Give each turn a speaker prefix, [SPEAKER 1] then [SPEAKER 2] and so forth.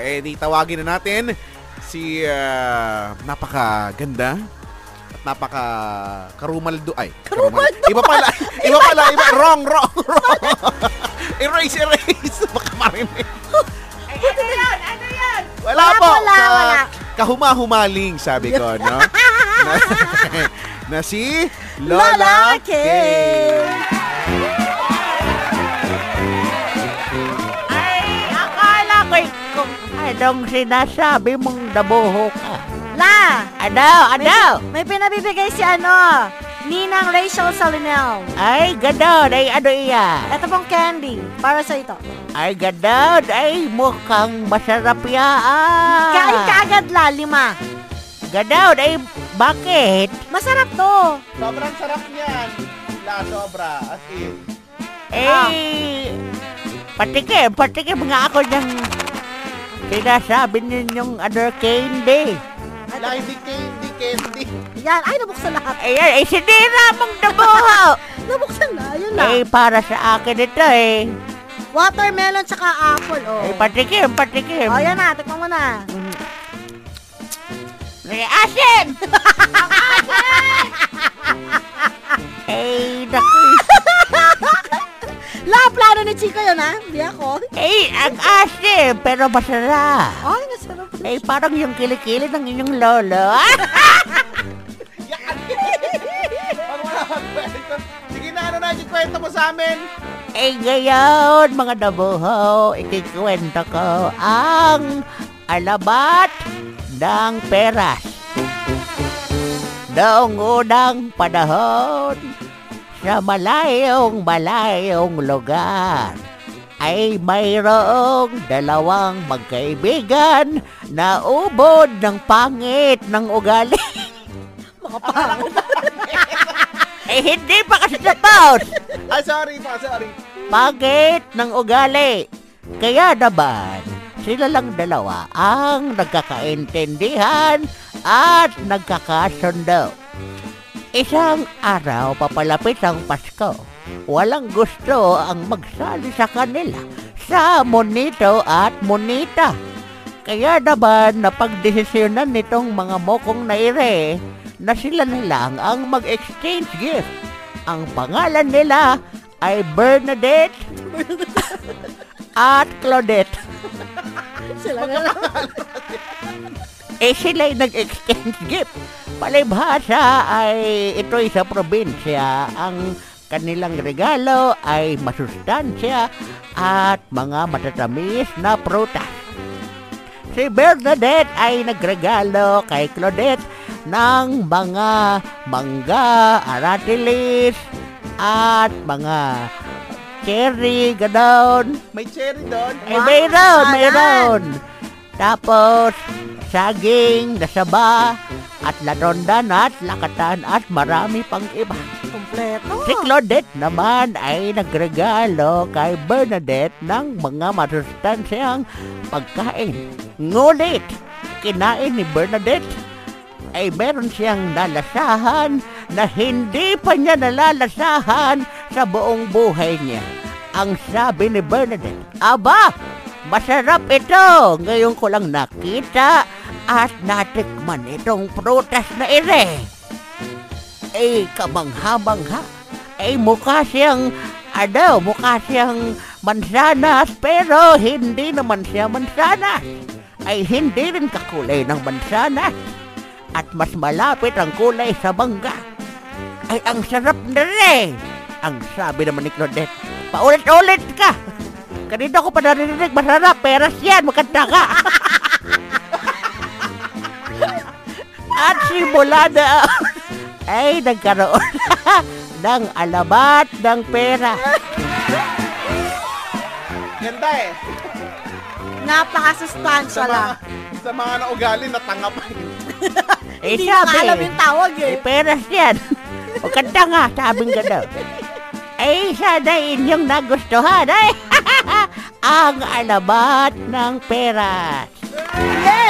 [SPEAKER 1] Eh, di tawagin na natin si ah, napakaganda at napaka karumaldo ay karumaldo iba pala iba pala iba wrong wrong wrong erase erase baka marinig
[SPEAKER 2] Ay, ano yun? Ano yun?
[SPEAKER 1] wala,
[SPEAKER 3] Wala,
[SPEAKER 1] po
[SPEAKER 3] wala, wala.
[SPEAKER 1] kahumahumaling sabi ko no na, na si Lola,
[SPEAKER 3] Lola K.
[SPEAKER 2] Ay, akala ko kung anong sinasabi mong dabuho ka.
[SPEAKER 3] La!
[SPEAKER 2] Ano? Ano?
[SPEAKER 3] May pinabibigay si ano, Ninang Rachel Salinel.
[SPEAKER 2] Ay, ganon. Ay, ano iya?
[SPEAKER 3] Ito pong candy, para sa ito.
[SPEAKER 2] Ay, ganon. Ay, mukhang masarap yaan.
[SPEAKER 3] Kain ka agad la, lima.
[SPEAKER 2] Ganon. Ay, bakit?
[SPEAKER 3] Masarap to.
[SPEAKER 1] sobrang sarap niyan la sobra as in
[SPEAKER 3] Ah.
[SPEAKER 2] Eh, patikim, patikim nga ako ng sinasabi ninyong other candy.
[SPEAKER 1] la hindi candy candy
[SPEAKER 3] Yan, ay nabuksan lahat.
[SPEAKER 2] Ayan, ay sinira mong dabuho.
[SPEAKER 3] Nabuksan na, yun na.
[SPEAKER 2] eh, para sa akin ito eh.
[SPEAKER 3] Watermelon tsaka apple, oh.
[SPEAKER 2] Ay, patikim, patikim.
[SPEAKER 3] oh, yan na, tikman mo na.
[SPEAKER 2] May asin! Ay, naku.
[SPEAKER 3] La, plano ni Chico yun, ha? Hindi ako.
[SPEAKER 2] Ay, ang asin, pero masarap.
[SPEAKER 3] Ay, nasarap.
[SPEAKER 2] Ay, parang yung kilikili ng inyong lolo.
[SPEAKER 1] pag wala kang Ano kwento sige na ano na yung kwento mo sa amin
[SPEAKER 2] Ay, Eh, ngayon, mga dabuho, ikikwento ko ang alabat ng peras. Noong unang panahon, sa malayong malayong lugar, ay mayroong dalawang magkaibigan na ubod ng pangit ng ugali.
[SPEAKER 3] Mga pangit.
[SPEAKER 2] eh, hindi pa kasi tapos.
[SPEAKER 1] ah sorry pa sorry
[SPEAKER 2] Pangit ng ugali. Kaya naman, sila lang dalawa ang nagkakaintindihan at nagkakasundo. Isang araw papalapit ang Pasko. Walang gusto ang magsali sa kanila sa monito at monita. Kaya naman napagdesisyonan nitong mga mokong na ire na sila na lang ang mag-exchange gift. Ang pangalan nila ay Bernadette at Claudette.
[SPEAKER 3] Sila na lang.
[SPEAKER 2] Eh sila'y nag-exchange gift. Palibhasa ay ito'y sa probinsya. Ang kanilang regalo ay masustansya at mga matatamis na prutas. Si Bernadette ay nagregalo kay Claudette ng mga mangga, aratilis, at mga cherry, ganon.
[SPEAKER 1] may cherry doon
[SPEAKER 2] Eh,
[SPEAKER 3] Wow,
[SPEAKER 2] mayroon,
[SPEAKER 3] salan.
[SPEAKER 2] mayroon. Tapos, saging, nasaba, at latondan at lakatan at marami pang iba.
[SPEAKER 3] Kompleto.
[SPEAKER 2] Si Claudette naman ay nagregalo kay Bernadette ng mga masustansyang pagkain. Ngunit, kinain ni Bernadette ay meron siyang nalasahan na hindi pa niya nalalasahan sa buong buhay niya. Ang sabi ni Bernadette, Aba, masarap ito! Ngayon ko lang nakita at natikman itong prutas na ire ay kamangha-mangha. Ay mukha siyang, ano, mukha siyang mansanas pero hindi naman siya mansanas. Ay hindi rin kakulay ng mansanas. At mas malapit ang kulay sa mangga. Ay ang sarap na rin. Ang sabi naman ni Claudette, paulit-ulit ka. Kanina ko pa narinig, masarap, peras yan, maganda ka. At simula na ay nagkaroon ng alabat ng pera.
[SPEAKER 1] ganda eh sa
[SPEAKER 3] Napakasustansya
[SPEAKER 1] mga,
[SPEAKER 3] lang.
[SPEAKER 1] sa mga naugali na tanga pa yun
[SPEAKER 2] Eh,
[SPEAKER 3] Hindi
[SPEAKER 2] sabi,
[SPEAKER 3] na alam yung tawag
[SPEAKER 2] eh,
[SPEAKER 3] eh.
[SPEAKER 2] pera yan. O kanta nga, sabing gano'n. Ay, sana inyong nagustuhan, ay. Ang alabat ng pera.
[SPEAKER 3] Yay!